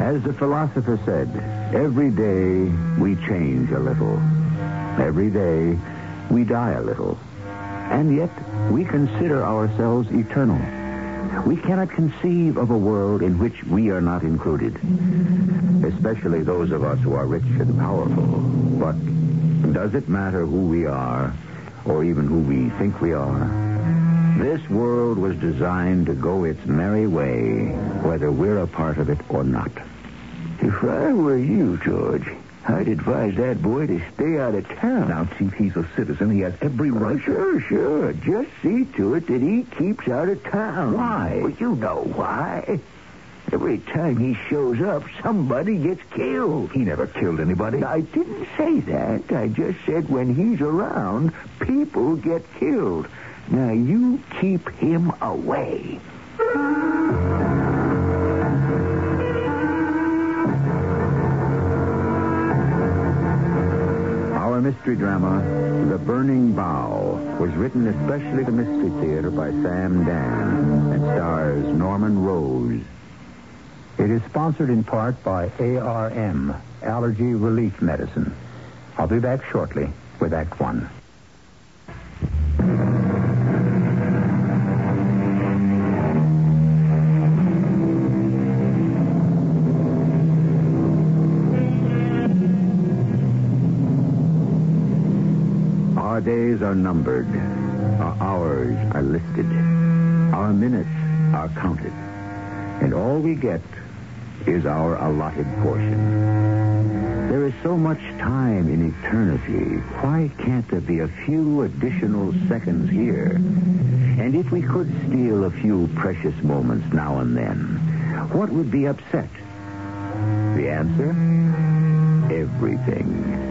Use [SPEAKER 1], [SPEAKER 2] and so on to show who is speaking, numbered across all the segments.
[SPEAKER 1] As the philosopher said, every day we change a little. Every day we die a little. And yet we consider ourselves eternal. We cannot conceive of a world in which we are not included, especially those of us who are rich and powerful. But does it matter who we are or even who we think we are? This world was designed to go its merry way, whether we're a part of it or not. If I were you, George, I'd advise that boy to stay out of town. Now, Chief, he's a citizen. He has every right. sure, sure. Just see to it that he keeps out of town. Why? Well, you know why. Every time he shows up, somebody gets killed. He never killed anybody. I didn't say that. I just said when he's around, people get killed. Now, you keep him away. Our mystery drama, The Burning Bough, was written especially for Mystery Theater by Sam Dan and stars Norman Rose. It is sponsored in part by ARM, Allergy Relief Medicine. I'll be back shortly with Act One. Our days are numbered. Our hours are listed. Our minutes are counted. And all we get is our allotted portion. There is so much time in eternity. Why can't there be a few additional seconds here? And if we could steal a few precious moments now and then, what would be upset? The answer? Everything.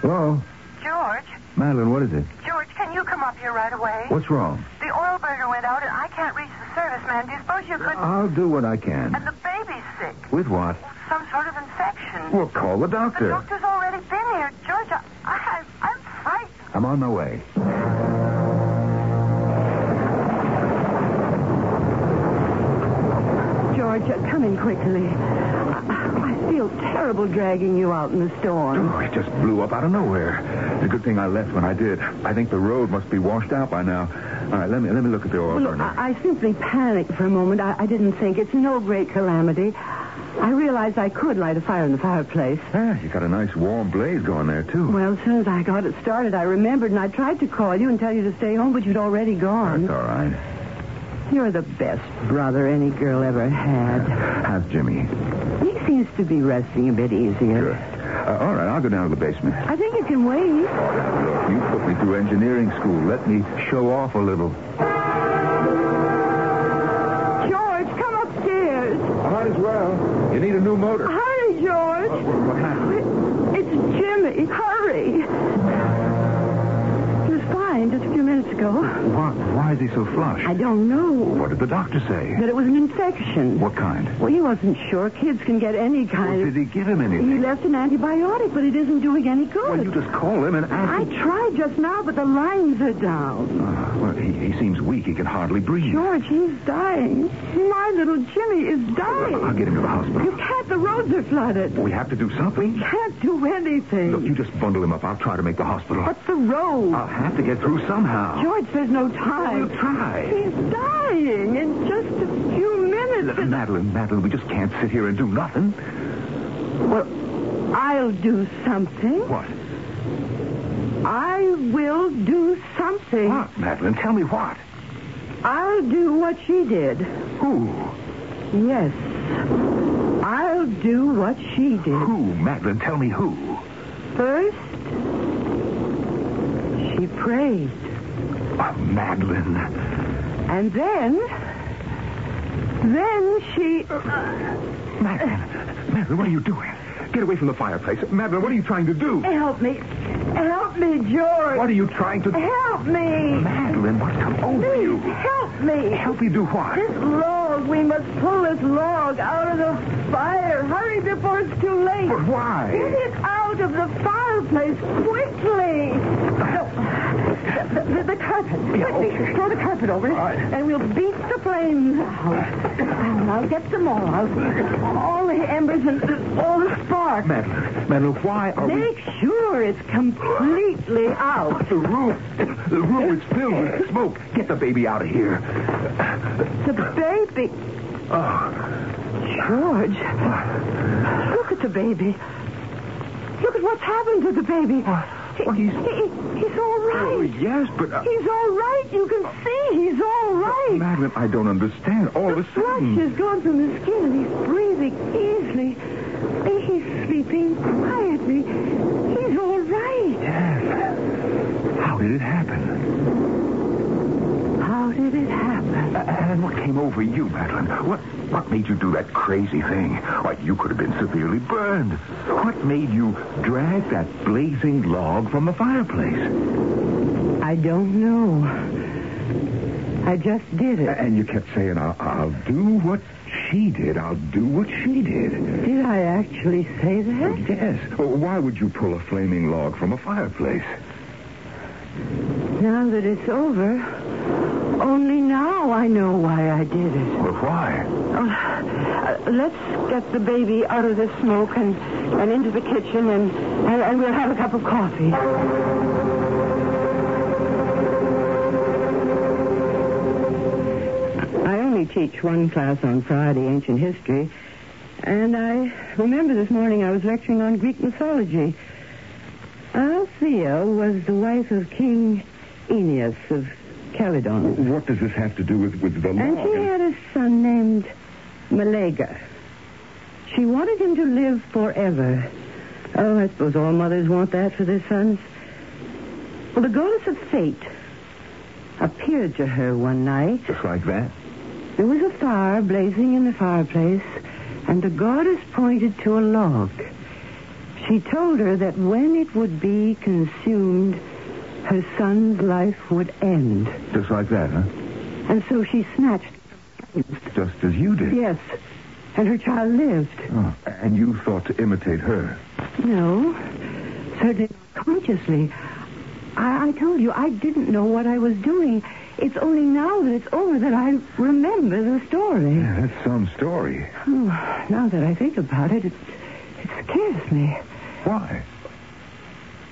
[SPEAKER 1] Hello?
[SPEAKER 2] George,
[SPEAKER 1] Madeline, what is it?
[SPEAKER 2] George, can you come up here right away?
[SPEAKER 1] What's wrong?
[SPEAKER 2] The oil burner went out, and I can't reach the service man. Do you suppose you could?
[SPEAKER 1] I'll do what I can.
[SPEAKER 2] and the baby's sick.
[SPEAKER 1] With what?
[SPEAKER 2] Some sort of infection.
[SPEAKER 1] We'll call the
[SPEAKER 2] the
[SPEAKER 1] doctor.
[SPEAKER 2] doctor's already been here. George, I, I, I'm frightened.
[SPEAKER 1] I'm on my way.
[SPEAKER 3] George, uh, come in quickly. I, I feel terrible dragging you out in the storm.
[SPEAKER 4] Oh, it just blew up out of nowhere. It's a good thing I left when I did. I think the road must be washed out by now. All right, let me let me look at the oil
[SPEAKER 3] Well, look,
[SPEAKER 4] burner.
[SPEAKER 3] I, I simply panicked for a moment. I, I didn't think. It's no great calamity. I realized I could light a fire in the fireplace.
[SPEAKER 4] Ah, you got a nice warm blaze going there too.
[SPEAKER 3] Well, as soon as I got it started, I remembered and I tried to call you and tell you to stay home, but you'd already
[SPEAKER 4] That's
[SPEAKER 3] gone.
[SPEAKER 4] all right.
[SPEAKER 3] You're the best brother any girl ever had.
[SPEAKER 4] How's Jimmy?
[SPEAKER 3] He seems to be resting a bit
[SPEAKER 4] Good.
[SPEAKER 3] easier.
[SPEAKER 4] Uh, all right, I'll go down to the basement.
[SPEAKER 3] I think you can wait.
[SPEAKER 4] Look, you put me through engineering school. Let me show off a little.
[SPEAKER 3] George, come upstairs.
[SPEAKER 4] Might as well. You need a new motor.
[SPEAKER 3] Hurry, George.
[SPEAKER 4] What, what, what happened?
[SPEAKER 3] It's Jimmy. Hurry. He was fine just a few minutes ago.
[SPEAKER 4] What? Why is he so flush?
[SPEAKER 3] I don't know.
[SPEAKER 4] What did the doctor say?
[SPEAKER 3] That it was an infection.
[SPEAKER 4] What kind?
[SPEAKER 3] Well, he wasn't sure. Kids can get any kind
[SPEAKER 4] Did
[SPEAKER 3] of.
[SPEAKER 4] he give him
[SPEAKER 3] He
[SPEAKER 4] anything?
[SPEAKER 3] left an antibiotic, but it isn't doing any good.
[SPEAKER 4] Well, you just call him and ask.
[SPEAKER 3] I
[SPEAKER 4] him.
[SPEAKER 3] tried just now, but the lines are down.
[SPEAKER 4] Ah, well, he, he seems weak. He can hardly breathe.
[SPEAKER 3] George, he's dying. My little Jimmy is
[SPEAKER 4] I'll
[SPEAKER 3] dying.
[SPEAKER 4] get him to the hospital.
[SPEAKER 3] You can't. The roads are flooded.
[SPEAKER 4] We have to do something.
[SPEAKER 3] Can't do
[SPEAKER 4] Look,
[SPEAKER 3] anything.
[SPEAKER 4] you just bundle him up. I'll try to make the hospital.
[SPEAKER 3] But the roads.
[SPEAKER 4] I'll have to get through somehow.
[SPEAKER 3] George, there's no time.
[SPEAKER 4] Uh, We'll try.
[SPEAKER 3] He's dying in just a few minutes.
[SPEAKER 4] L- Madeline, Madeline, we just can't sit here and do nothing.
[SPEAKER 3] Well, I'll do something.
[SPEAKER 4] What?
[SPEAKER 3] I will do something.
[SPEAKER 4] What, Madeline? Tell me what.
[SPEAKER 3] I'll do what she did.
[SPEAKER 4] Who?
[SPEAKER 3] Yes. I'll do what she did.
[SPEAKER 4] Who, Madeline? Tell me who.
[SPEAKER 3] First, she prayed.
[SPEAKER 1] Uh,
[SPEAKER 4] Oh, Madeline.
[SPEAKER 3] And then, then she...
[SPEAKER 1] Madeline, Madeline, what are you doing? Get away from the fireplace. Madeline, what are you trying to do?
[SPEAKER 3] Help me. Help me, George.
[SPEAKER 1] What are you trying to do?
[SPEAKER 3] Help me.
[SPEAKER 1] Madeline, what's come over
[SPEAKER 3] Please,
[SPEAKER 1] you?
[SPEAKER 3] help me.
[SPEAKER 1] Help you do what?
[SPEAKER 3] This log, we must pull this log out of the fire. Hurry before it's too late.
[SPEAKER 1] But
[SPEAKER 3] Get
[SPEAKER 1] why?
[SPEAKER 3] it out of the fireplace quickly. No. The, the, the carpet. Quickly. Throw the carpet over it,
[SPEAKER 1] right.
[SPEAKER 3] and we'll beat the flames out. And I'll get them all out. All the embers and all the sparks.
[SPEAKER 1] Madeline, Madeline, why are we...
[SPEAKER 3] Make sure it's completely out.
[SPEAKER 1] The room, the room is filled with smoke. Get the baby out of here. Oh,
[SPEAKER 3] The baby. George. Look at the baby. Look at what's happened to the baby. He-
[SPEAKER 1] well, he's-
[SPEAKER 3] he- he's all right.
[SPEAKER 1] Oh, yes, but... uh,
[SPEAKER 3] He's all right. You can see he's all right.
[SPEAKER 1] Madeline, I don't understand. All of
[SPEAKER 3] the
[SPEAKER 1] a
[SPEAKER 3] flush
[SPEAKER 1] sudden...
[SPEAKER 3] has gone from his skin and he's breathing easily. He's sleeping quietly. He's all right.
[SPEAKER 1] Yes. How did it happen?
[SPEAKER 3] How did it happen?
[SPEAKER 1] A- And what came over you, Madeline? What what made you do that crazy thing? Why, you could have been severely burned. What made you drag that blazing log from the fireplace?
[SPEAKER 3] I don't know. I just did
[SPEAKER 1] A- And you kept saying, I'll, I'll do what she did. I'll do what she did.
[SPEAKER 3] Did I actually say that?
[SPEAKER 1] Yes. Well, why would you pull a flaming log from a fireplace?
[SPEAKER 3] Now that it's over, only now I know why I did it.
[SPEAKER 1] Well, why?
[SPEAKER 3] Oh, uh, let's get the baby out of the smoke and, and into the kitchen, and, and, and we'll have a cup of coffee. I only teach one class on Friday, ancient history, and I remember this morning I was lecturing on Greek mythology. Althea was the wife of King Aeneas of Calydon.
[SPEAKER 1] What does this have to do with, with the log?
[SPEAKER 3] And she had a son named Malaga. She wanted him to live forever. Oh, I suppose all mothers want that for their sons. Well, the goddess of fate appeared to her one night.
[SPEAKER 1] Just like that?
[SPEAKER 3] There was a fire blazing in the fireplace, and the goddess pointed to a log. She told her that when it would be consumed, her son's life would end.
[SPEAKER 1] Just like that, huh?
[SPEAKER 3] And so she snatched
[SPEAKER 1] Just as you did.
[SPEAKER 3] Yes. And her child lived.
[SPEAKER 1] Oh, and you thought to imitate her.
[SPEAKER 3] No. Certainly not consciously. I, I told you, I didn't know what I was doing. It's only now that it's over that I remember the story.
[SPEAKER 1] Yeah, that's some story.
[SPEAKER 3] Oh, now that I think about it, it, it scares me.
[SPEAKER 1] Why?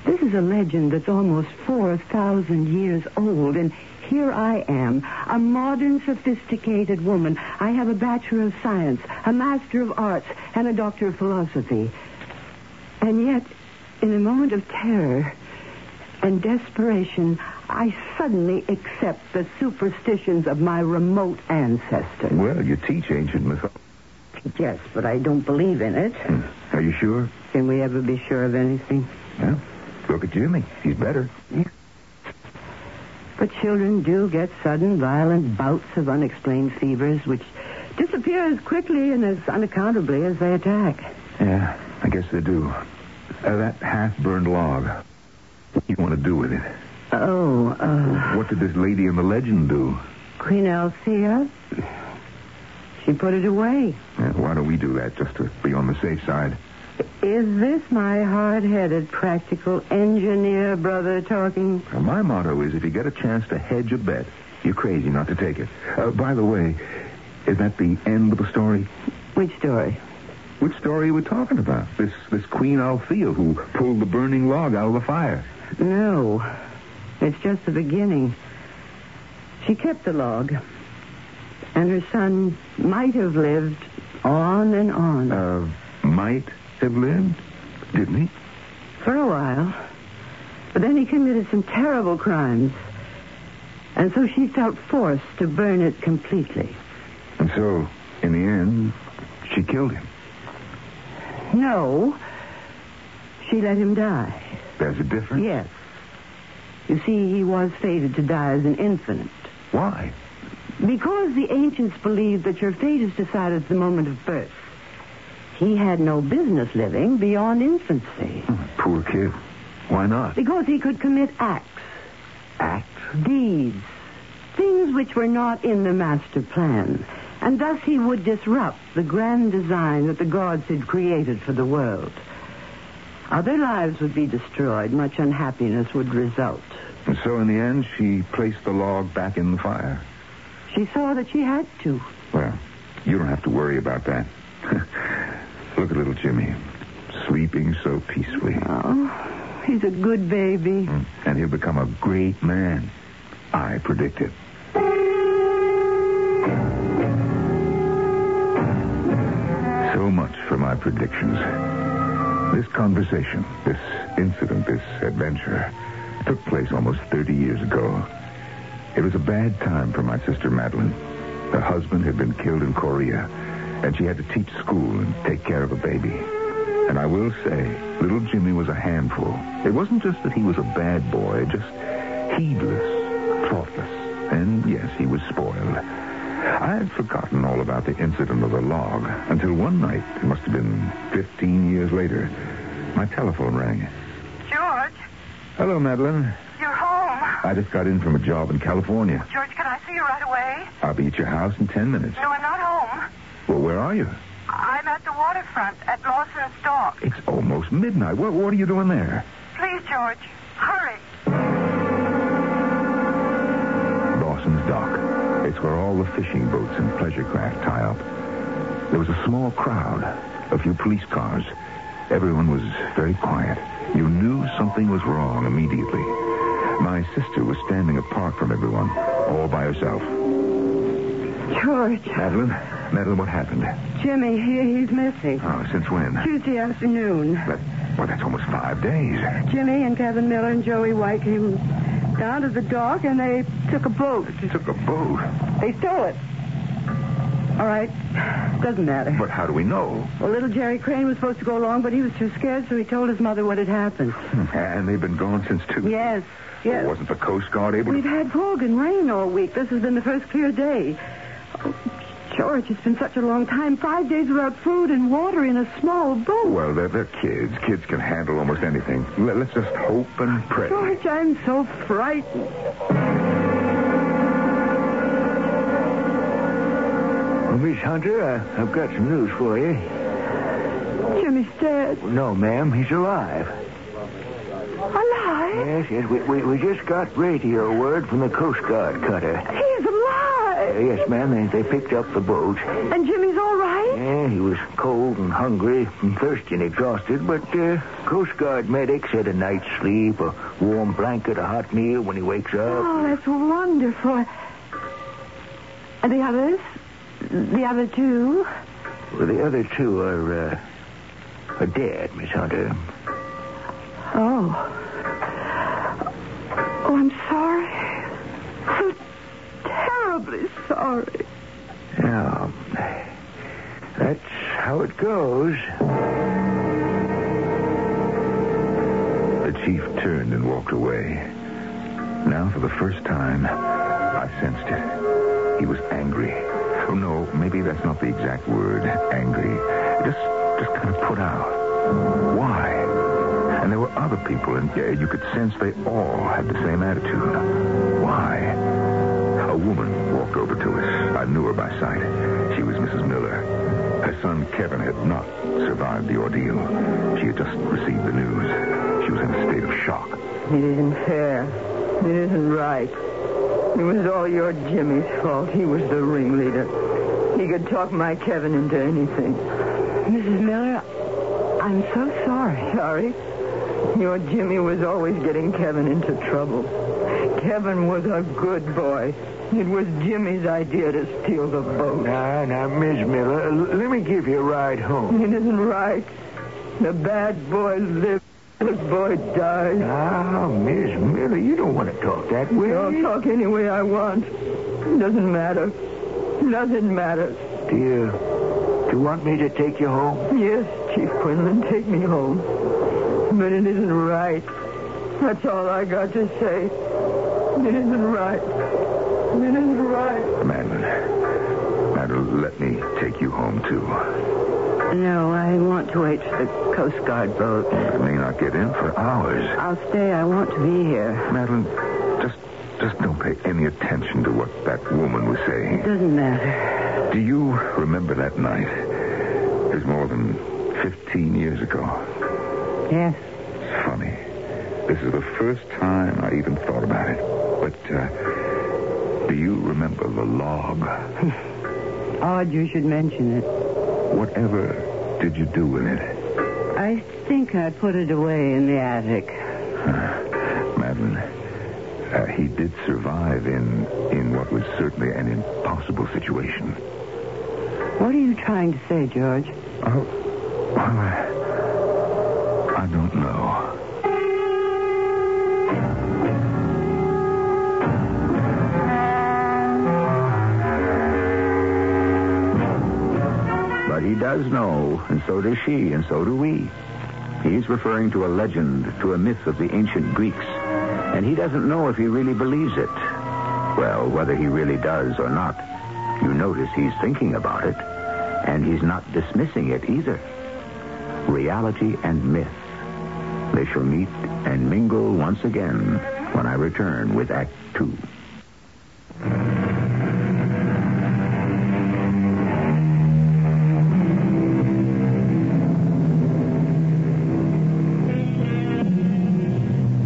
[SPEAKER 3] This is a legend that's almost 4,000 years old, and here I am, a modern, sophisticated woman. I have a Bachelor of Science, a Master of Arts, and a Doctor of Philosophy. And yet, in a moment of terror and desperation, I suddenly accept the superstitions of my remote ancestors.
[SPEAKER 1] Well, you teach ancient mythology.
[SPEAKER 3] Yes, but I don't believe in it.
[SPEAKER 1] Are you sure?
[SPEAKER 3] Can we ever be sure of anything?
[SPEAKER 1] Yeah. Look at Jimmy. He's better.
[SPEAKER 3] But children do get sudden, violent bouts of unexplained fevers, which disappear as quickly and as unaccountably as they attack.
[SPEAKER 1] Yeah, I guess they do. Uh, that half-burned log. What do you want to do with it?
[SPEAKER 3] Oh, uh,
[SPEAKER 1] What did this lady in the legend do?
[SPEAKER 3] Queen Althea? She put it away.
[SPEAKER 1] Yeah, why don't we do that just to be on the safe side?
[SPEAKER 3] Is this my hard-headed, practical engineer brother talking?
[SPEAKER 1] Now, my motto is if you get a chance to hedge a bet, you're crazy not to take it. Uh, by the way, is that the end of the story?
[SPEAKER 3] Which story?
[SPEAKER 1] Which story are we talking about? This this Queen Althea who pulled the burning log out of the fire.
[SPEAKER 3] No. It's just the beginning. She kept the log. And her son might have lived on and on.
[SPEAKER 1] Uh, might have lived, didn't he?
[SPEAKER 3] For a while. But then he committed some terrible crimes. And so she felt forced to burn it completely.
[SPEAKER 1] And so, in the end, she killed him.
[SPEAKER 3] No, she let him die.
[SPEAKER 1] There's a difference.
[SPEAKER 3] Yes. You see, he was fated to die as an infant.
[SPEAKER 1] Why?
[SPEAKER 3] Because the ancients believed that your fate is decided at the moment of birth. he had no business living beyond infancy.
[SPEAKER 1] Poor kid. Why not?
[SPEAKER 3] Because he could commit acts,
[SPEAKER 1] Act?
[SPEAKER 3] deeds, things which were not in the master plan. And thus he would disrupt the grand design that the gods had created for the world. Other lives would be destroyed. Much unhappiness would result.
[SPEAKER 1] And so in the end, she placed the log back in the fire.
[SPEAKER 3] She saw that she had to.
[SPEAKER 1] Well, you don't have to worry about that. Look at little Jimmy, sleeping so peacefully.
[SPEAKER 3] Oh, he's a good baby.
[SPEAKER 1] Mm. And he'll become a great man. I predict it. So much for my predictions. This conversation, this incident, this adventure, took place almost 30 years ago. It was a bad time for my sister Madeline. Her husband had been killed in Korea, and she had to teach school and take care of a baby. And I will say, little Jimmy was a handful. It wasn't just that he was a bad boy, just heedless, thoughtless, and yes, he was spoiled. I had forgotten all about the incident of the log until one night, it must have been 15 years later, my telephone rang.
[SPEAKER 2] George,
[SPEAKER 1] Hello, Madeline.
[SPEAKER 2] you're home.
[SPEAKER 1] I just got in from a job in California.
[SPEAKER 2] George, can I see you right away?
[SPEAKER 1] I'll be at your house in 10 minutes.
[SPEAKER 2] No, I'm not home.
[SPEAKER 1] Well, where are you?
[SPEAKER 2] I'm at the waterfront at Lawson's Dock.
[SPEAKER 1] It's almost midnight. What, what are you doing there?
[SPEAKER 2] Please, George, hurry.
[SPEAKER 1] Dawson's Dock. It's where all the fishing boats and pleasure craft tie up. There was a small crowd, a few police cars. Everyone was very quiet. You knew something was wrong immediately. My sister was standing apart from everyone, all by herself.
[SPEAKER 3] George,
[SPEAKER 1] Madeline? Madeline, what happened?
[SPEAKER 3] Jimmy, he, he's missing.
[SPEAKER 1] Oh, since when?
[SPEAKER 3] Tuesday afternoon,
[SPEAKER 1] That, well, that's almost five days.
[SPEAKER 3] Jimmy and Kevin Miller and Joey White came down to the dock and they took a boat.
[SPEAKER 1] She took a boat.
[SPEAKER 3] They stole it. All right, doesn't matter.
[SPEAKER 1] But how do we know?
[SPEAKER 3] Well, little Jerry Crane was supposed to go along, but he was too scared, so he told his mother what had happened.
[SPEAKER 1] And they've been gone since Tuesday.
[SPEAKER 3] Yes, yes.
[SPEAKER 1] Wasn't the Coast Guard able
[SPEAKER 3] We've
[SPEAKER 1] to...
[SPEAKER 3] had fog and rain all week. This has been the first clear day. Oh, George, it's been such a long time. Five days without food and water in a small boat.
[SPEAKER 1] Well, they're, they're kids. Kids can handle almost anything. Let, us just hope and pray.
[SPEAKER 3] George, I'm so frightened.
[SPEAKER 5] Well, Miss Hunter, I, I've got some news for you.
[SPEAKER 3] Jimmy's dead.
[SPEAKER 5] No, ma'am, he's alive.
[SPEAKER 3] Alive?
[SPEAKER 5] Yes, yes, we, we, we just got radio word from the Coast Guard cutter.
[SPEAKER 3] He's
[SPEAKER 5] Uh,
[SPEAKER 3] alive.
[SPEAKER 5] yes, ma'am, they, they picked up the boat.
[SPEAKER 3] And Jimmy's all right?
[SPEAKER 5] Yeah, he was cold and hungry and thirsty and exhausted, but uh, Coast Guard medics had a night's sleep, a warm blanket, a hot meal when he wakes
[SPEAKER 3] Oh,
[SPEAKER 5] up.
[SPEAKER 3] that's wonderful. And the others? The other two?
[SPEAKER 5] Well, the other two are, uh, are dead, Miss Hunter.
[SPEAKER 3] Oh. Oh, I'm sorry. So terribly sorry.
[SPEAKER 5] Now, that's how it goes.
[SPEAKER 1] The chief turned and walked away. Now, for the first time, I sensed it. He was angry. Oh, no, maybe that's not the exact word, angry. Just, just kind of put out. Why? And there were other people, and yeah, you could sense they all had the same attitude. Why? A woman walked over to us. I knew her by sight. She was Mrs. Miller. Her son Kevin had not survived the ordeal. She had just received the news. She was in a state of shock.
[SPEAKER 3] It isn't fair. It isn't right. It was all your Jimmy's fault. He was the ringleader. He could talk my Kevin into anything. Mrs. Miller, I'm so sorry. Sorry? Your Jimmy was always getting Kevin into trouble. Kevin was a good boy. It was Jimmy's idea to steal the boat.
[SPEAKER 5] Now, now, Miss Miller, uh, l- let me give you a ride home.
[SPEAKER 3] It isn't right. The bad boy lives. The boy dies.
[SPEAKER 5] Now, Miss Miller, you don't want to talk that way.
[SPEAKER 3] I'll talk any way I want. Doesn't matter. Nothing matters.
[SPEAKER 5] Do you, do you want me to take you home?
[SPEAKER 3] Yes, Chief Quinlan, take me home. But it isn't right. That's all I got to say. It isn't right. It isn't right.
[SPEAKER 1] Madeline. Madeline, let me take you home, too.
[SPEAKER 3] No, I want to wait for the Coast Guard boat.
[SPEAKER 1] I may not get in for hours.
[SPEAKER 3] I'll stay. I want to be here.
[SPEAKER 1] Madeline, just just don't pay any attention to what that woman was saying.
[SPEAKER 3] Doesn't matter.
[SPEAKER 1] Do you remember that night? It was more than 15 years ago.
[SPEAKER 3] Yes.
[SPEAKER 1] It's funny. This is the first time I even thought about it. But uh, do you remember the log?
[SPEAKER 3] Odd you should mention it.
[SPEAKER 1] Whatever did you do with it?
[SPEAKER 3] I think I put it away in the attic.
[SPEAKER 1] Madeline, uh, he did survive in, in what was certainly an impossible situation.
[SPEAKER 3] What are you trying to say, George?
[SPEAKER 1] Oh, well, I, I don't know.
[SPEAKER 5] But he does know, and so does she, and so do we. He's referring to a legend, to a myth of the ancient Greeks, and he doesn't know if he really believes it. Well, whether he really does or not, you notice he's thinking about it, and he's not dismissing it either. Reality and myth. They shall meet and mingle once again when I return with Act Two.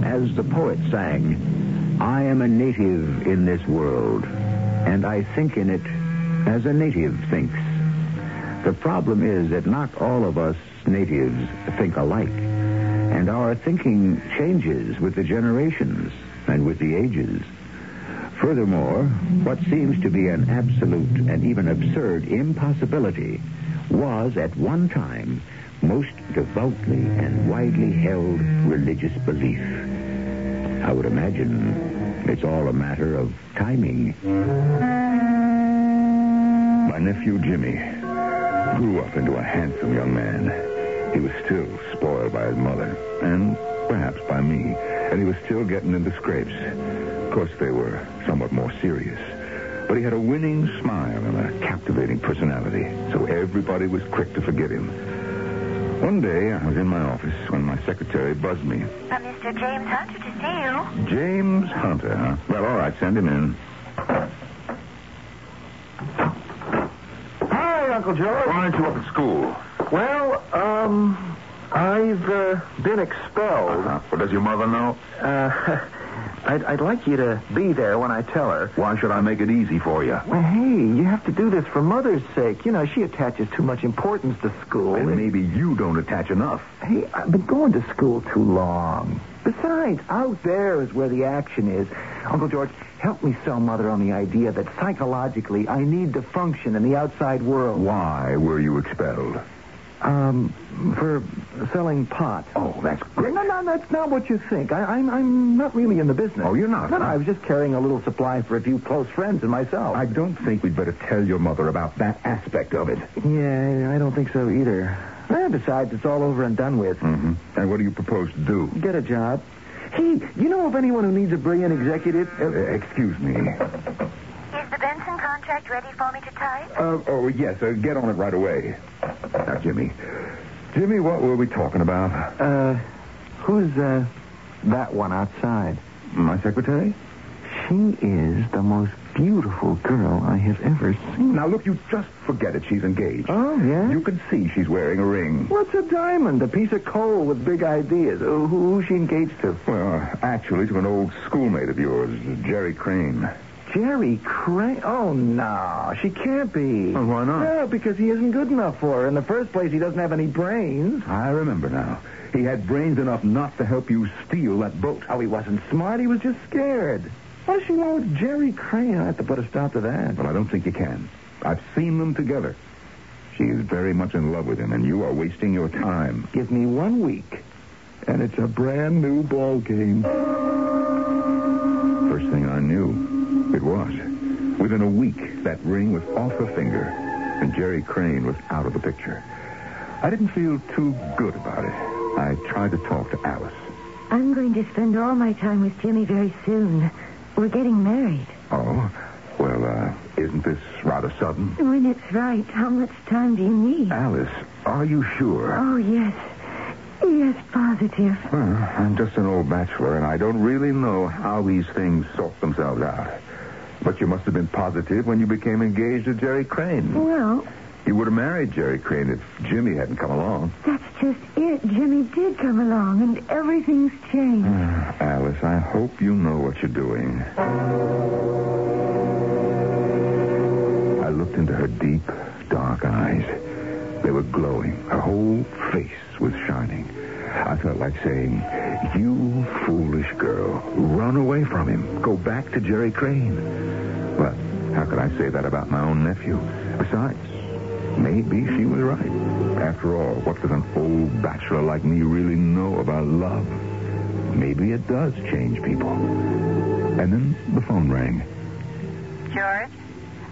[SPEAKER 5] As the poet sang, I am a native in this world, and I think in it as a native thinks. The problem is that not all of us natives think alike, and our thinking changes with the generations and with the ages. Furthermore, what seems to be an absolute and even absurd impossibility was at one time most devoutly and widely held religious belief. I would imagine it's all a matter of timing.
[SPEAKER 1] My nephew Jimmy grew up into a handsome young man. He was still spoiled by his mother, and perhaps by me, and he was still getting into scrapes. Of course, they were somewhat more serious. But he had a winning smile and a captivating personality, so everybody was quick to forget him. One day, I was in my office when my secretary buzzed me.
[SPEAKER 2] Uh, Mr. James Hunter to see
[SPEAKER 1] James Hunter, huh? Well, all right, send him in.
[SPEAKER 6] Hi, Uncle George.
[SPEAKER 1] Why aren't you up at school?
[SPEAKER 6] Well, um, I've uh, been expelled.
[SPEAKER 1] Uh-huh. Well, does your mother know?
[SPEAKER 6] Uh, I'd, I'd like you to be there when I tell her.
[SPEAKER 1] Why should I make it easy for you?
[SPEAKER 6] Well, hey, you have to do this for Mother's sake. You know, she attaches too much importance to school.
[SPEAKER 1] And maybe you don't attach enough.
[SPEAKER 6] Hey, I've been going to school too long. Besides, out there is where the action is. Uncle George, help me sell Mother on the idea that psychologically I need to function in the outside world.
[SPEAKER 1] Why were you expelled?
[SPEAKER 6] Um, for selling pot.
[SPEAKER 1] Oh, that's
[SPEAKER 6] No, no, no, that's not what you think. I, I'm, I'm not really in the business.
[SPEAKER 1] Oh, you're not,
[SPEAKER 6] No, no,
[SPEAKER 1] huh?
[SPEAKER 6] I was just carrying a little supply for a few close friends and myself.
[SPEAKER 1] I don't think we'd better tell your mother about that aspect of it.
[SPEAKER 6] Yeah, I don't think so either. Eh, besides, it's all over and done with.
[SPEAKER 1] Mm-hmm. And what do you propose to do?
[SPEAKER 6] Get a job. Hey, you know of anyone who needs a brilliant executive?
[SPEAKER 1] Uh, excuse me.
[SPEAKER 2] you. Is the Benson contract ready for me to type?
[SPEAKER 1] Uh, oh, yes, uh, get on it right away. Now, Jimmy. Jimmy, what were we talking about?
[SPEAKER 6] Uh, who's uh, that one outside?
[SPEAKER 1] My secretary?
[SPEAKER 6] She is the most beautiful girl I have ever seen.
[SPEAKER 1] Now, look, you just forget it. She's engaged.
[SPEAKER 6] Oh, yeah?
[SPEAKER 1] You can see she's wearing a ring.
[SPEAKER 6] What's a diamond? A piece of coal with big ideas. Oh, who, who's she engaged to?
[SPEAKER 1] Well, actually, to an old schoolmate of yours, Jerry Crane.
[SPEAKER 6] Jerry Crane? Oh, no. She can't be.
[SPEAKER 1] Well, why not?
[SPEAKER 6] No, because he isn't good enough for her. In the first place, he doesn't have any brains.
[SPEAKER 1] I remember now. He had brains enough not to help you steal that boat.
[SPEAKER 6] Oh, he wasn't smart. He was just scared. What does she want with Jerry Crane? I have to put a stop to that.
[SPEAKER 1] Well, I don't think you can. I've seen them together. She is very much in love with him, and you are wasting your time.
[SPEAKER 6] Give me one week.
[SPEAKER 1] And it's a brand new ball game. First thing I knew, it was. Within a week, that ring was off her finger, and Jerry Crane was out of the picture. I didn't feel too good about it. I tried to talk to Alice.
[SPEAKER 7] I'm going to spend all my time with Jimmy very soon. We're getting married.
[SPEAKER 1] Oh, well, uh, isn't this rather sudden?
[SPEAKER 7] When it's right, how much time do you need?
[SPEAKER 1] Alice, Are you sure?
[SPEAKER 7] Oh, yes. Yes, positive.
[SPEAKER 1] Well, I'm just an old bachelor, and I don't really know how these things sort themselves out. But you must have been positive when you became engaged to Jerry Crane.
[SPEAKER 7] Well,
[SPEAKER 1] You would have married Jerry Crane if Jimmy hadn't come along.
[SPEAKER 7] that's just it. Jimmy did come along, and everything's changed.
[SPEAKER 1] Alice, I hope you know what you're doing. I looked into her deep, dark eyes. They were glowing. Her whole face was shining. I felt like saying, You foolish girl, run away from him. Go back to Jerry Crane. But how could I say that about my own nephew? Besides, Maybe she was right. After all, what does an old bachelor like me really know about love? Maybe it does change people. And then the phone rang.
[SPEAKER 2] George?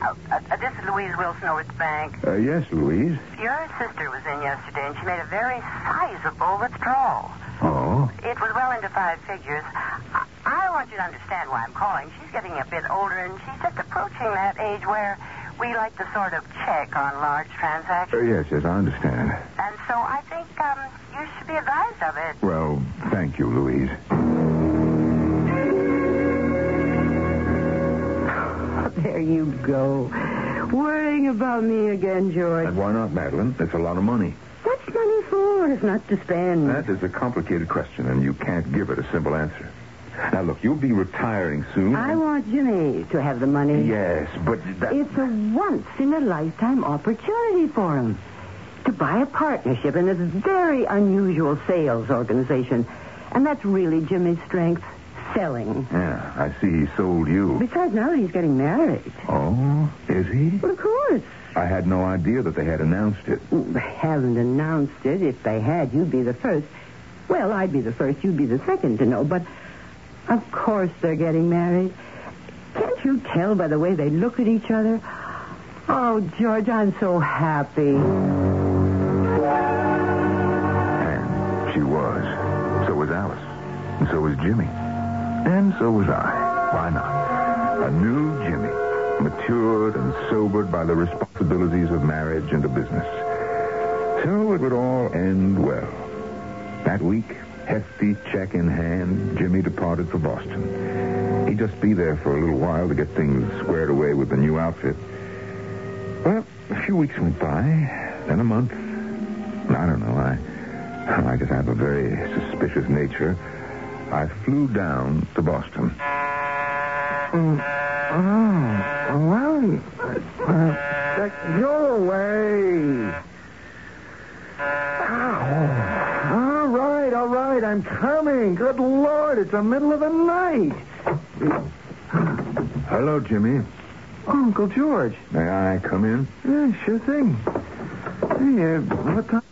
[SPEAKER 2] Oh, uh, uh, this is Louise Wilson over at the bank.
[SPEAKER 1] Uh, yes, Louise.
[SPEAKER 2] Your sister was in yesterday, and she made a very sizable withdrawal.
[SPEAKER 1] Oh,
[SPEAKER 2] It was well into five figures. I, I want you to understand why I'm calling. She's getting a bit older, and she's just approaching that age where we like to sort of check on large
[SPEAKER 1] uh,
[SPEAKER 2] transactions.
[SPEAKER 1] yes, yes, I understand.
[SPEAKER 2] And so I think um, you should be advised of it.
[SPEAKER 1] Well, thank you, Louise.
[SPEAKER 3] There you go. Worrying about me again, George.
[SPEAKER 1] And why not, Madeline? It's a lot of money.
[SPEAKER 3] What's money for if not to spend?
[SPEAKER 1] That is a complicated question, and you can't give it a simple answer. Now, look, you'll be retiring soon.
[SPEAKER 3] I want Jimmy to have the money.
[SPEAKER 1] Yes, but that...
[SPEAKER 3] It's a once in a lifetime opportunity for him to buy a partnership in a very unusual sales organization. And that's really Jimmy's strength selling.
[SPEAKER 1] Yeah, I see he sold you.
[SPEAKER 3] Besides, now he's getting married.
[SPEAKER 1] Oh, is he?
[SPEAKER 3] Well, of course.
[SPEAKER 1] I had no idea that they had announced it.
[SPEAKER 3] They haven't announced it. If they had, you'd be the first. Well, I'd be the first. You'd be the second to know. But of course they're getting married. Can't you tell by the way they look at each other? Oh, George, I'm so happy.
[SPEAKER 1] And she was. So was Alice. And so was Jimmy. And so was I. Why not? A new Jimmy, matured and sobered by the responsibilities of marriage and of business. So it would all end well. That week, hefty check in hand, Jimmy departed for Boston. He'd just be there for a little while to get things squared away with the new outfit. Well, a few weeks went by, then a month. I don't know. I, I just have a very suspicious nature. I flew down to Boston.
[SPEAKER 6] Mm. Oh, well, uh, uh, go away. Ow. Ah, All right, all right, I'm coming. Good Lord, it's the middle of the night.
[SPEAKER 1] Hello, Jimmy.
[SPEAKER 6] Oh, Uncle George.
[SPEAKER 1] May I come in?
[SPEAKER 6] Yeah, sure thing. Hey, uh, what time?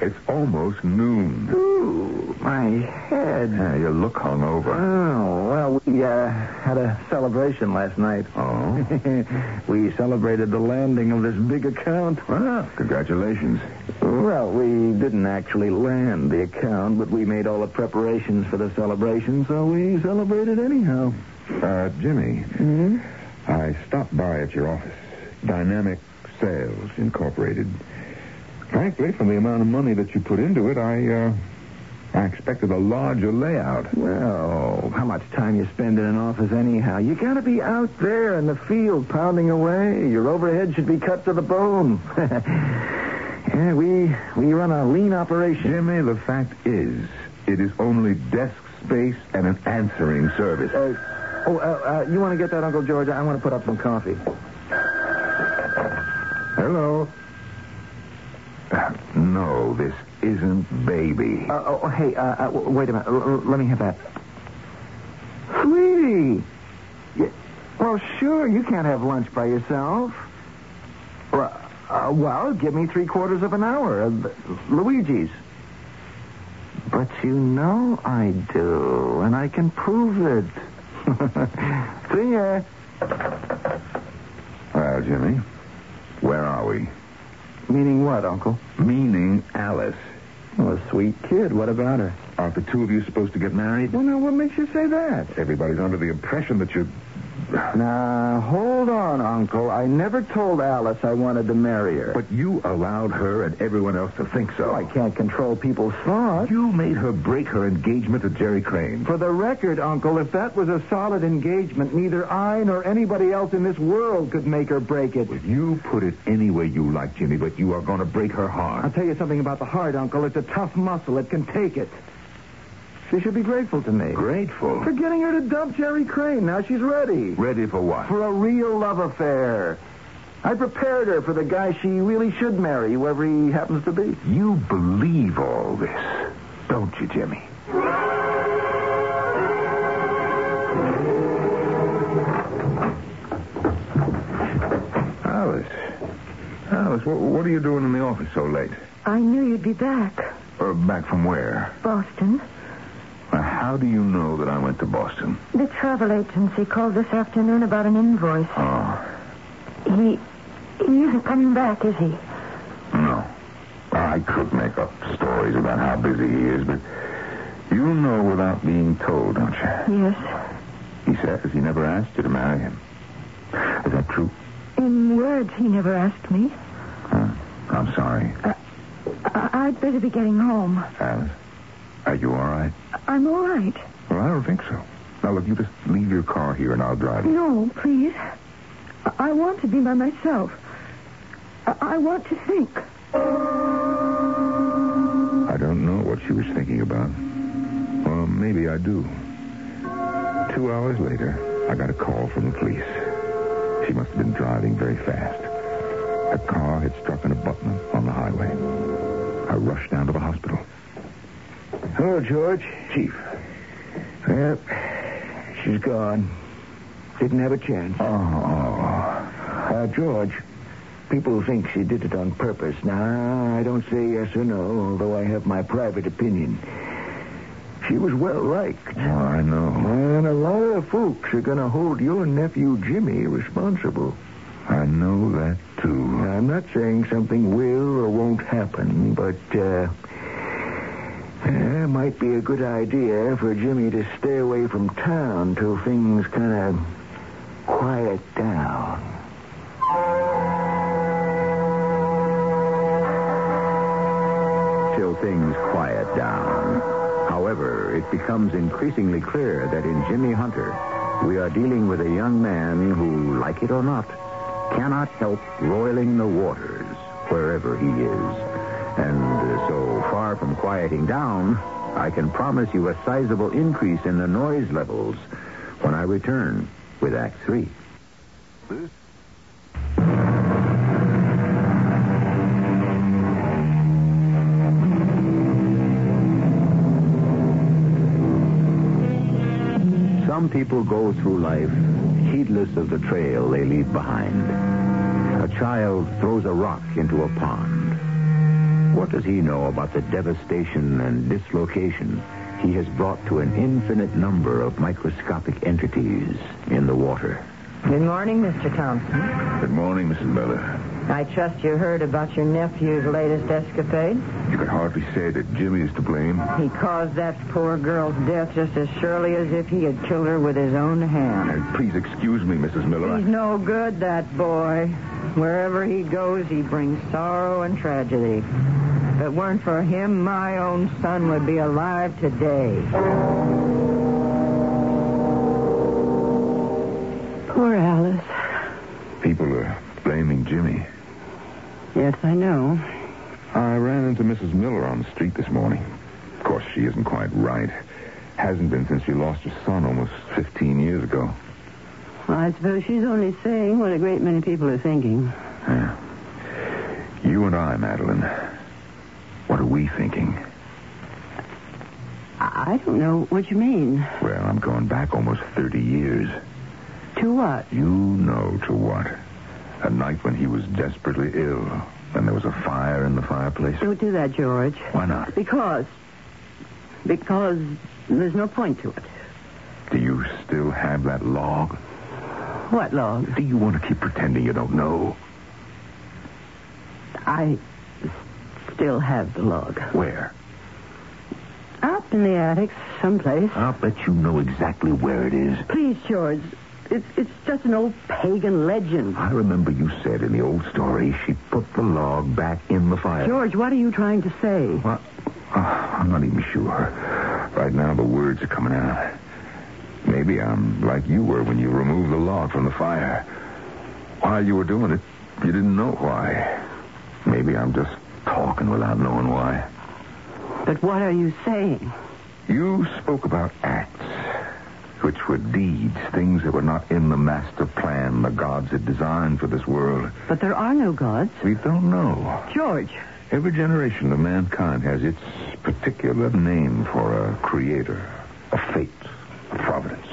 [SPEAKER 1] It's almost noon.
[SPEAKER 6] Ooh, my head.
[SPEAKER 1] Yeah, you look hungover.
[SPEAKER 6] Oh, well, we uh, had a celebration last night.
[SPEAKER 1] Oh?
[SPEAKER 6] we celebrated the landing of this big account.
[SPEAKER 1] Well, congratulations.
[SPEAKER 6] Well, we didn't actually land the account, but we made all the preparations for the celebration, so we celebrated anyhow.
[SPEAKER 1] Uh, Jimmy,
[SPEAKER 7] Hmm?
[SPEAKER 1] I stopped by at your office, Dynamic Sales Incorporated. Frankly, from the amount of money that you put into it, I, uh, I expected a larger layout.
[SPEAKER 6] Well, how much time you spend in an office anyhow? You gotta be out there in the field pounding away. Your overhead should be cut to the bone. yeah, we we run a lean operation.
[SPEAKER 1] Jimmy, the fact is, it is only desk space and an answering service.
[SPEAKER 6] Uh, oh, uh, uh, you want to get that, Uncle George? I want to put up some coffee.
[SPEAKER 1] Hello. Uh, no, this isn't baby.
[SPEAKER 6] Uh, oh, oh, hey, uh, uh, w- wait a minute. L- l- let me have that. Sweetie! Y- well, sure, you can't have lunch by yourself. Well, uh, well give me three quarters of an hour of Luigi's. But you know I do, and I can prove it. See ya.
[SPEAKER 1] well, Jimmy, where are we?
[SPEAKER 6] Meaning what, Uncle?
[SPEAKER 1] Meaning Alice.
[SPEAKER 6] Well, a sweet kid. What about her?
[SPEAKER 1] Aren't the two of you supposed to get married?
[SPEAKER 6] Well, now, what makes you say that?
[SPEAKER 1] Everybody's under the impression that you're
[SPEAKER 5] Now, hold on, Uncle. I never told Alice I wanted to marry her.
[SPEAKER 1] But you allowed her and everyone else to think so.
[SPEAKER 6] Well, Oh, I can't control people's thoughts.
[SPEAKER 1] You made her break her engagement to Jerry Crane.
[SPEAKER 6] For the record, Uncle, if that was a solid engagement, neither I nor anybody else in this world could make her break it.
[SPEAKER 1] You put it any way you like, Jimmy, but you are going to break her
[SPEAKER 6] I'll
[SPEAKER 1] heart.
[SPEAKER 6] tell you something about the heart, Uncle. It's a tough muscle. It can take it. She should be grateful to me.
[SPEAKER 1] Grateful.
[SPEAKER 6] For getting her to dump Jerry Crane. Now she's ready.
[SPEAKER 1] Ready for what?
[SPEAKER 6] For a real love affair. I prepared her for the guy she really should marry, whoever he happens to be.
[SPEAKER 1] You believe all this, don't you, Jimmy? Alice. Alice, what, what are you doing in the office so late?
[SPEAKER 7] I knew you'd be back.
[SPEAKER 1] Uh, back from where?
[SPEAKER 7] Boston.
[SPEAKER 1] Uh, how do you know that I went to Boston?
[SPEAKER 7] The travel agency called this afternoon about an invoice.
[SPEAKER 1] Oh,
[SPEAKER 7] He he isn't coming back, is he?
[SPEAKER 1] no. I could make up stories about how busy he is, but you know without being told, don't you?
[SPEAKER 7] Yes.
[SPEAKER 1] He says he never asked you to marry him. Is that true?
[SPEAKER 7] In words, he never asked me.
[SPEAKER 1] Huh? I'm sorry,
[SPEAKER 7] I- I'd better be getting home.
[SPEAKER 1] Alice. Are you all right?
[SPEAKER 7] I'm all right.
[SPEAKER 1] Well, I don't think so. Now, look, you just leave your car here and I'll drive it.
[SPEAKER 7] No, please. I- I want to be by myself. I, I want to think.
[SPEAKER 1] I don't know what she was thinking about. Well, maybe I do. Two hours later, I got a call from the police. She must have been driving very fast. A car had struck an abutment on the highway. I rushed down to the hospital.
[SPEAKER 6] Hello, George.
[SPEAKER 1] Chief.
[SPEAKER 6] Well, she's gone. Didn't have a chance.
[SPEAKER 1] Oh, oh.
[SPEAKER 6] Uh, George, people think she did it on purpose. Now, I don't say yes or no, although I have my private opinion. She was well liked.
[SPEAKER 1] Oh, I know.
[SPEAKER 6] And a lot of folks are going to hold your nephew Jimmy responsible.
[SPEAKER 1] I know that, too.
[SPEAKER 6] I'm not saying something will or won't happen, but uh, it might be a good idea for Jimmy to stay away from town till things kind of quiet down.
[SPEAKER 5] till things quiet down. However, it becomes increasingly clear that in Jimmy Hunter, we are dealing with a young man who, like it or not, cannot help roiling the waters wherever he is. And uh, so far from quieting down, I can promise you a sizable increase in the noise levels when I return with Act Three. Some people go through life heedless of the trail they leave behind. A child throws a rock into a pond. What does he know about the devastation and dislocation he has brought to an infinite number of microscopic entities in the water?
[SPEAKER 8] Good morning, Mr. Thompson.
[SPEAKER 1] Good morning, Mrs. Miller.
[SPEAKER 8] I trust you heard about your nephew's latest escapade.
[SPEAKER 1] You could hardly say that Jimmy is to blame.
[SPEAKER 8] He caused that poor girl's death just as surely as if he had killed her with his own hand.
[SPEAKER 1] And Uh, please excuse me, Mrs. Miller.
[SPEAKER 8] He's no good, that boy. Wherever he goes, he brings sorrow and tragedy. If it weren't for him, my own son would be alive today.
[SPEAKER 3] Poor Alice.
[SPEAKER 1] People are blaming Jimmy.
[SPEAKER 3] Yes, I know.
[SPEAKER 1] I ran into Mrs. Miller on the street this morning. Of course, she isn't quite right. Hasn't been since she lost her son almost 15 years ago.
[SPEAKER 3] Well, I suppose she's only saying what a great many people are thinking.
[SPEAKER 1] Yeah. You and I, Madeline. What are we thinking?
[SPEAKER 3] I I don't know what you mean.
[SPEAKER 1] Well, I'm going back almost 30 years.
[SPEAKER 3] To what?
[SPEAKER 1] You know to what? A night when he was desperately ill, and there was a fire in the fireplace.
[SPEAKER 3] Don't do that, George.
[SPEAKER 1] Why not?
[SPEAKER 3] Because. Because there's no point to it.
[SPEAKER 1] Do you still have that log?
[SPEAKER 3] What, Log?
[SPEAKER 1] Do you want to keep pretending you don't know?
[SPEAKER 3] I s- still have the log.
[SPEAKER 1] Where?
[SPEAKER 3] Up in the attic, someplace.
[SPEAKER 1] I'll bet you know exactly where it is.
[SPEAKER 3] Please, George, It's, it's just an old pagan legend.
[SPEAKER 9] I remember you said in the old story she put the log back in the fire.
[SPEAKER 3] George, what are you trying to say?
[SPEAKER 1] What? Oh, I'm not even sure. Right now, the words are coming out. Maybe I'm like you were when you removed the log from the fire. While you were doing it, you didn't know why. Maybe I'm just talking without knowing why.
[SPEAKER 3] But what are you saying?
[SPEAKER 1] You spoke about acts, which were deeds, things that were not in the master plan the gods had designed for this world.
[SPEAKER 3] But there are no gods.
[SPEAKER 1] We don't know.
[SPEAKER 3] George,
[SPEAKER 1] Every generation of mankind has its particular name for a creator, a fate, a providence.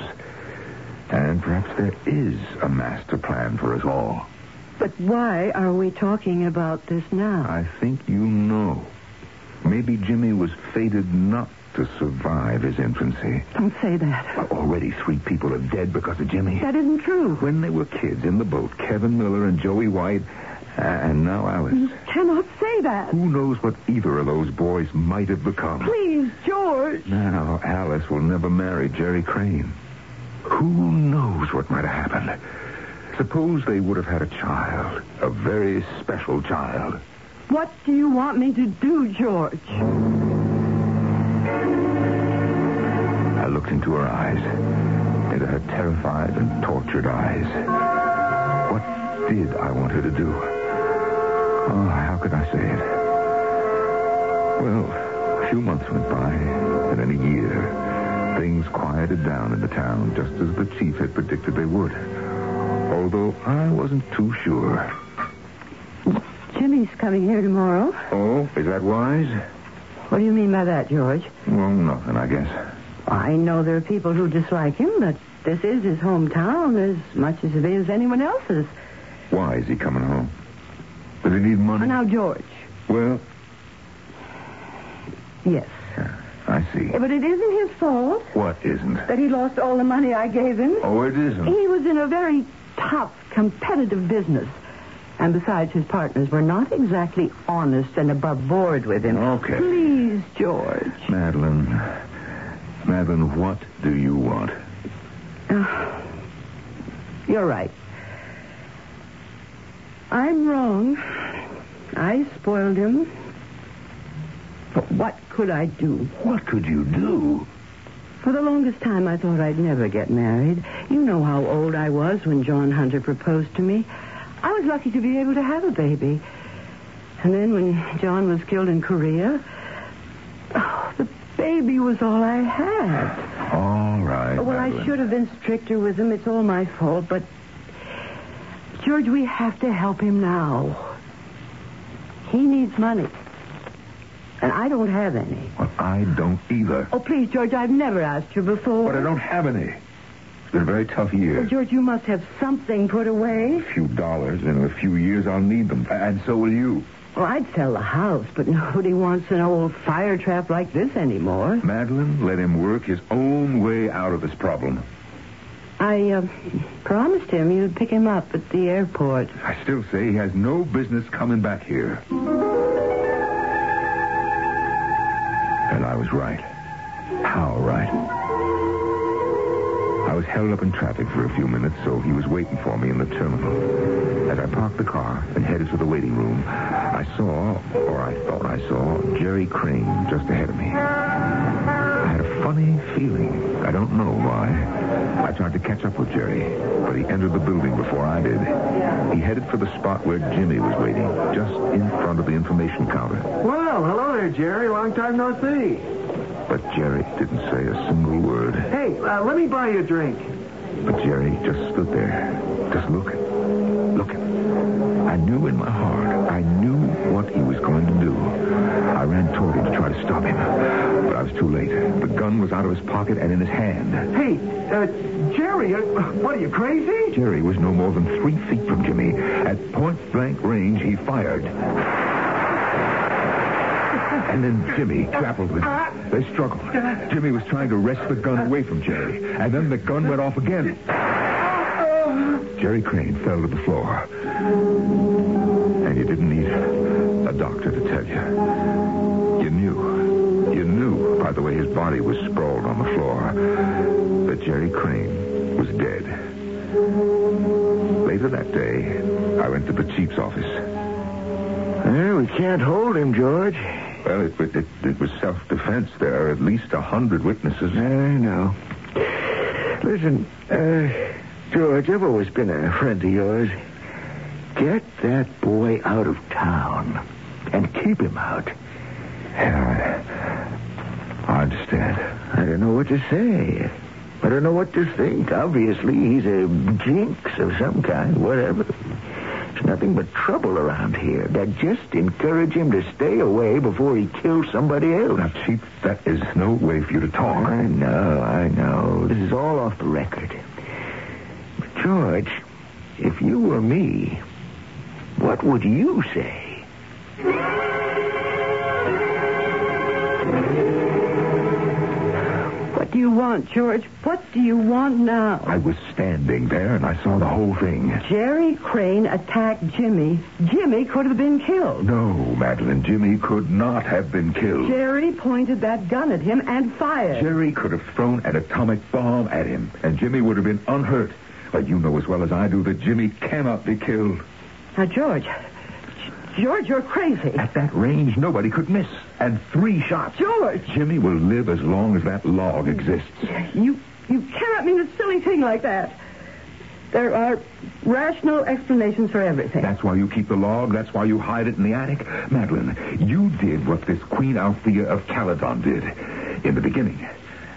[SPEAKER 1] And perhaps there is a master plan for us all.
[SPEAKER 3] but why are we talking about this now?
[SPEAKER 1] I think you know. Maybe Jimmy was fated not to survive his infancy.
[SPEAKER 3] Don't say that.
[SPEAKER 1] Already three people are dead because of Jimmy.
[SPEAKER 3] That isn't true.
[SPEAKER 1] When they were kids in the boat, Kevin Miller and Joey White, uh, and now Alice.
[SPEAKER 10] Cannot say that.
[SPEAKER 1] Who knows what either of those boys might have become?
[SPEAKER 10] Please, George.
[SPEAKER 1] Now, Alice will never marry Jerry Crane. Who knows what might have happened? Suppose they would have had a child, a very special child.
[SPEAKER 10] What do you want me to do, George?
[SPEAKER 1] I looked into her eyes, into her terrified and tortured eyes. What did I want her to do? Oh, how could I say it? Well, a few months went by, and then a year. Things quieted down in the town, just as the chief had predicted they would. Although I wasn't too sure.
[SPEAKER 3] Jimmy's coming here tomorrow.
[SPEAKER 1] Oh, is that wise?
[SPEAKER 3] What do you mean by that, George?
[SPEAKER 1] Well, nothing, I guess.
[SPEAKER 3] I know there are people who dislike him, but this is his hometown as much as it is anyone else's.
[SPEAKER 1] Why is he coming home? Does he need money?
[SPEAKER 3] Now, George.
[SPEAKER 1] Well,
[SPEAKER 3] Yes.
[SPEAKER 1] I see.
[SPEAKER 3] But it isn't his fault
[SPEAKER 1] What isn't?
[SPEAKER 3] that he lost all the money I gave him.
[SPEAKER 1] Oh, it isn't.
[SPEAKER 3] He was in a very tough, competitive business. And besides, his partners were not exactly honest and above board with him.
[SPEAKER 1] Okay.
[SPEAKER 3] Please, George.
[SPEAKER 1] Madeline. Madeline, what do you want?
[SPEAKER 3] You're right. I'm wrong. I spoiled him. But what could I do?
[SPEAKER 1] What could you do?
[SPEAKER 3] For the longest time, I thought I'd never get married. You know how old I was when John Hunter proposed to me. I was lucky to be able to have a baby. And then when John was killed in Korea, oh, the baby was all I had.
[SPEAKER 1] All right.
[SPEAKER 3] Well, I
[SPEAKER 1] Madeline.
[SPEAKER 3] should have been stricter with him. It's all my fault, but. George, we have to help him now. He needs money. And I don't have any.
[SPEAKER 1] Well, I don't either.
[SPEAKER 3] Oh, please, George, I've never asked you before.
[SPEAKER 1] But I don't have any. It's been a very tough
[SPEAKER 3] Well,
[SPEAKER 1] year.
[SPEAKER 3] George, you must have something put away.
[SPEAKER 1] A few dollars, and in a few years I'll need them. And so will you.
[SPEAKER 3] Well, I'd sell the house, but nobody wants an old fire trap like this anymore.
[SPEAKER 1] Madeline, let him work his own way out of this problem.
[SPEAKER 3] I uh, promised him you'd pick him up at the airport.
[SPEAKER 1] I still say he has no business coming back here. And I was right. How right? I was held up in traffic for a few minutes, so he was waiting for me in the terminal. As I parked the car and headed for the waiting room, I saw, or I thought I saw, Jerry Crane just ahead of me. I had a funny feeling. I don't know why. I tried to catch up with Jerry, but he entered the building before I did. He headed for the spot where Jimmy was waiting, just in front of the information counter.
[SPEAKER 6] Well, hello there, Jerry. Long time no see.
[SPEAKER 1] But Jerry didn't say a single word.
[SPEAKER 6] Hey, uh, let me buy you a drink.
[SPEAKER 1] But Jerry just stood there, just looking, looking. I knew in my heart, I knew what he was going to do. I ran toward him to try to stop him, but I was too late. The gun was out of his pocket and in his hand.
[SPEAKER 6] Hey, uh, Jerry, uh, what are you, crazy?
[SPEAKER 1] Jerry was no more than three feet from Jimmy. At point blank range, he fired. And then Jimmy grappled with him. They struggled. Jimmy was trying to wrest the gun away from Jerry. And then the gun went off again. Jerry Crane fell to the floor. And you didn't need a doctor to tell you. You knew. You knew by the way his body was sprawled on the floor that Jerry Crane was dead. Later that day, I went to the chief's office.
[SPEAKER 6] Well, we can't hold him, George.
[SPEAKER 1] Well, it, it, it was self-defense. There are at least a hundred witnesses.
[SPEAKER 6] I know. Listen, uh, George, I've always been a friend of yours. Get that boy out of town and keep him out.
[SPEAKER 1] Yeah, I, I understand.
[SPEAKER 6] I don't know what to say. I don't know what to think. Obviously, he's a jinx of some kind, whatever. There's nothing but trouble around here. That just encourage him to stay away before he kills somebody else.
[SPEAKER 1] Now, Chief, that is no way for you to talk.
[SPEAKER 6] I know, I know. This is all off the record. But George, if you were me, what would you say?
[SPEAKER 8] What do you want, George? What do you want now?
[SPEAKER 1] I was standing there and I saw the whole thing.
[SPEAKER 8] Jerry Crane attacked Jimmy. Jimmy could have been killed.
[SPEAKER 1] No, Madeline, Jimmy could not have been killed.
[SPEAKER 8] Jerry pointed that gun at him and fired.
[SPEAKER 1] Jerry could have thrown an atomic bomb at him, and Jimmy would have been unhurt. But you know as well as I do that Jimmy cannot be killed.
[SPEAKER 8] Now, George, G- George, you're crazy.
[SPEAKER 1] At that range, nobody could miss. And three shots.
[SPEAKER 8] George!
[SPEAKER 1] Jimmy will live as long as that log exists.
[SPEAKER 8] You you cannot mean a silly thing like that. There are rational explanations for everything.
[SPEAKER 1] That's why you keep the log. That's why you hide it in the attic. Madeline, you did what this Queen Althea of Caledon did in the beginning.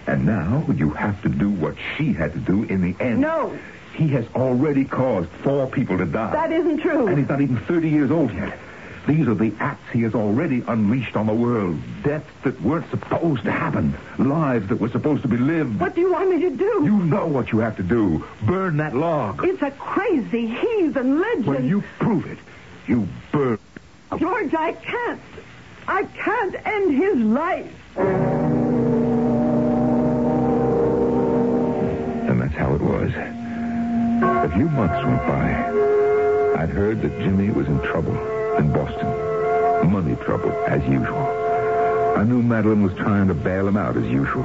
[SPEAKER 1] And now you have to do what she had to do in the end.
[SPEAKER 8] No.
[SPEAKER 1] He has already caused four people to die.
[SPEAKER 8] That isn't true.
[SPEAKER 1] And he's not even 30 years old yet. These are the acts he has already unleashed on the world. Deaths that weren't supposed to happen. Lives that were supposed to be lived.
[SPEAKER 8] What do you want me to do?
[SPEAKER 1] You know what you have to do. Burn that log.
[SPEAKER 8] It's a crazy heathen legend.
[SPEAKER 1] Well, you prove it. You burn.
[SPEAKER 8] George, I can't. I can't end his life.
[SPEAKER 1] And that's how it was. A few months went by. I'd heard that Jimmy was in trouble in Boston. Money trouble, as usual. I knew Madeline was trying to bail him out, as usual,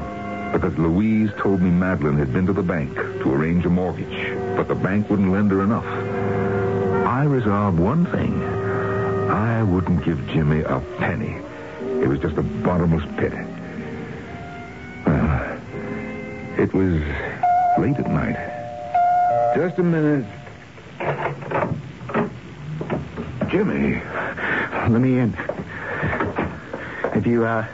[SPEAKER 1] because Louise told me Madeline had been to the bank to arrange a mortgage, but the bank wouldn't lend her enough. I resolved one thing. I wouldn't give Jimmy a penny. It was just a bottomless pit. Well, it was late at night. Just a minute.
[SPEAKER 6] Jimmy, let me in. Have you, uh,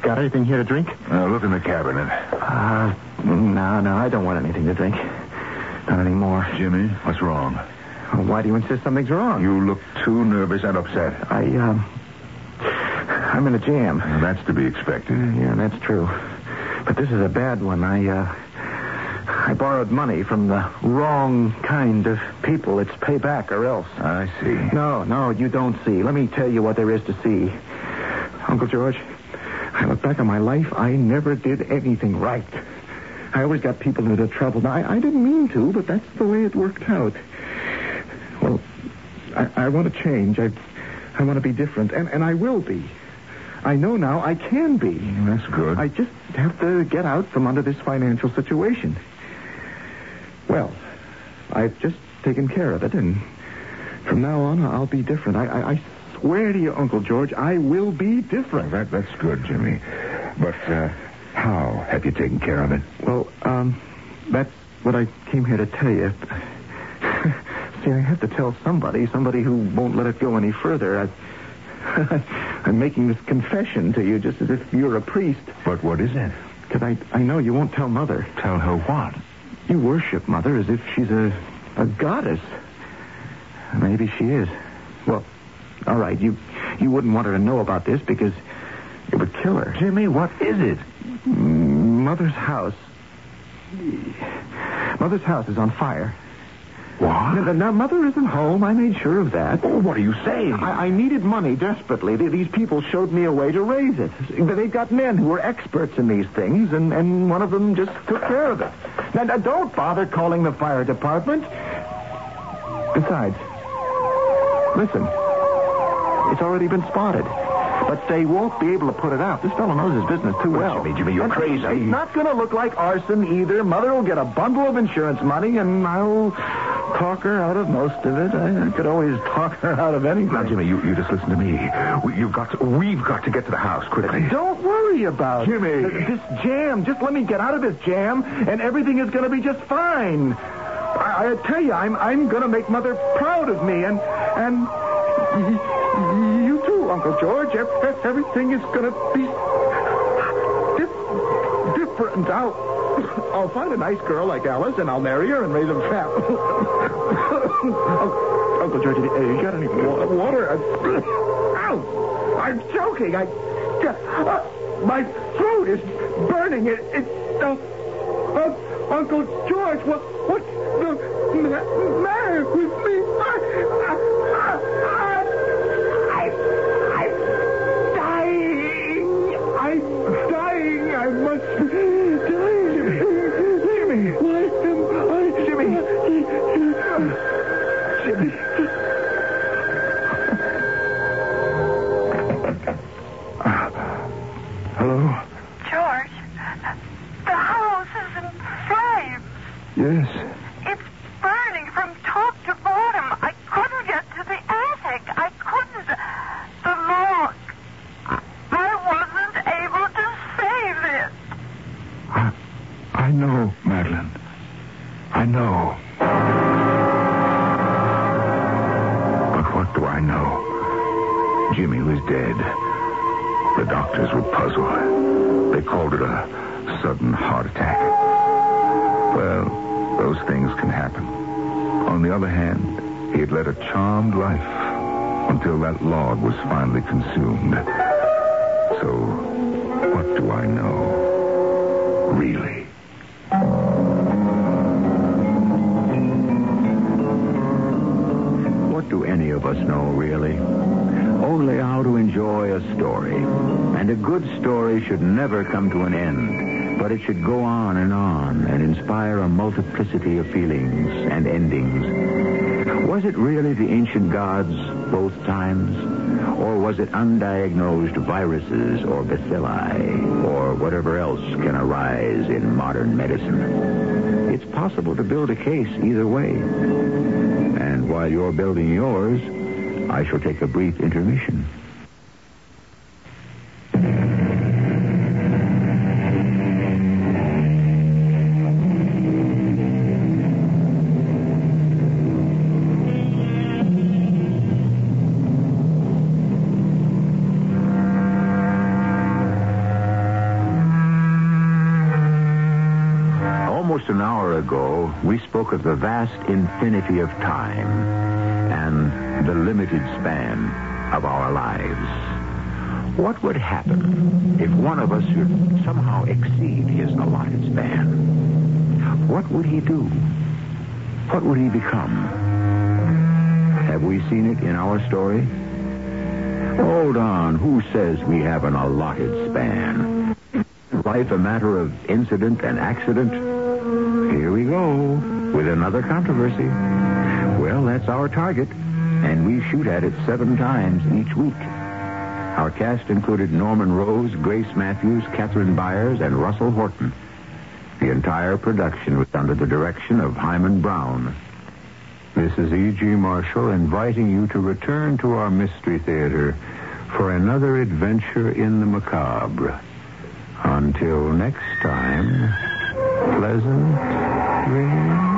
[SPEAKER 6] got anything here to drink?
[SPEAKER 1] Now, look in the cabinet.
[SPEAKER 6] Uh, no, no, I don't want anything to drink. Not anymore.
[SPEAKER 1] Jimmy, what's wrong?
[SPEAKER 6] Why do you insist something's wrong?
[SPEAKER 1] You look too nervous and upset.
[SPEAKER 6] I, um, I'm in a jam.
[SPEAKER 1] That's to be expected.
[SPEAKER 6] Yeah, that's true. But this is a bad one. I, uh, I borrowed money from the wrong kind of people. It's payback or else.
[SPEAKER 1] I see.
[SPEAKER 6] No, no, you don't see. Let me tell you what there is to see. Uncle George, I look back on my life. I never did anything right. I always got people into trouble. Now, I, I didn't mean to, but that's the way it worked out. Well, I, I want to change. I, I want to be different, and, and I will be. I know now I can be.
[SPEAKER 1] That's good.
[SPEAKER 6] I just have to get out from under this financial situation. Well, I've just taken care of it, and from now on I'll be different. I, I, I swear to you, Uncle George, I will be different.
[SPEAKER 1] That, that's good, Jimmy. But uh, how have you taken care of it?
[SPEAKER 6] Well, um, that's what I came here to tell you. See, I have to tell somebody, somebody who won't let it go any further. I, I'm making this confession to you just as if you were a priest.
[SPEAKER 1] But what is it?
[SPEAKER 6] Because I, I know you won't tell Mother.
[SPEAKER 1] Tell her what?
[SPEAKER 6] You worship Mother as if she's a, a goddess. Maybe she is. Well, all right, you, you wouldn't want her to know about this because it would kill her.
[SPEAKER 1] Jimmy, what is it?
[SPEAKER 6] Mother's house. Mother's house is on fire.
[SPEAKER 1] What?
[SPEAKER 6] Now, now, Mother isn't home. I made sure of that.
[SPEAKER 1] Oh, what are you saying?
[SPEAKER 6] I, I needed money desperately. Th- These people showed me a way to raise it. They've got men who are experts in these things, and, and one of them just took care of it. Now, now, don't bother calling the fire department. Besides, listen, it's already been spotted.
[SPEAKER 1] But they won't be able to put it out. This fellow knows his business too well.
[SPEAKER 6] Jimmy, Jimmy, you're
[SPEAKER 1] And
[SPEAKER 6] crazy.
[SPEAKER 1] It's not going to look like arson either. Mother will get a bundle of insurance money, and I'll talk her out of most of it. I, I could always talk her out of anything.
[SPEAKER 11] Now, Jimmy, you, you just listen to me. We, you've got to, we've got to get to the house quickly.
[SPEAKER 1] Don't worry about it.
[SPEAKER 11] Jimmy.
[SPEAKER 1] Th- This jam. Just let me get out of this jam, and everything is going to be just fine. I, I tell you, I'm I'm going to make Mother proud of me, and and y- y- you too, Uncle George. Ev- ev- Everything is going to be dif- different. I'll I'll find a nice girl like Alice, and I'll marry her and raise a family. Uncle George, have you got any wa- water? I- Ow! I'm choking. I, uh, my throat is burning. It, it, uh, uh, Uncle George, what, what's the ma- matter with me? I, I, I, I, I, I'm dying. I'm dying. I must die. Jimmy, why am I, uh, Jimmy? Jimmy.
[SPEAKER 11] Hello?
[SPEAKER 2] George, the house is in flames.
[SPEAKER 11] Yes.
[SPEAKER 2] It's burning from top to bottom. I couldn't get to the attic. I couldn't. The lock. I wasn't able to save it.
[SPEAKER 11] I, I know, Madeline. I know. But what do I know? Jimmy was dead. The doctors were puzzled. They called it a sudden heart attack. Well, those things can happen. On the other hand, he had led a charmed life until that log was finally consumed. So, what do I know? Really?
[SPEAKER 6] What do any of us know, really? Only how to enjoy a story. And a good story should never come to an end, but it should go on and on and inspire a multiplicity of feelings and endings. Was it really the ancient gods both times? Or was it undiagnosed viruses or bacilli or whatever else can arise in modern medicine? It's possible to build a case either way. And while you're building yours, I shall take a brief intermission. Almost an hour ago, we spoke of the vast infinity of time and the limited span of our lives. What would happen if one of us should somehow exceed his allotted span? What would he do? What would he become? Have we seen it in our story? Hold on. Who says we have an allotted span? Life a matter of incident and accident? Here we go with another controversy. Well, that's our target, and we shoot at it seven times each week. Our cast included Norman Rose, Grace Matthews, Catherine Byers, and Russell Horton. The entire production was under the direction of Hyman Brown. This is E.G. Marshall inviting you to return to our Mystery Theater for another adventure in the macabre. Until next time, pleasant dreams.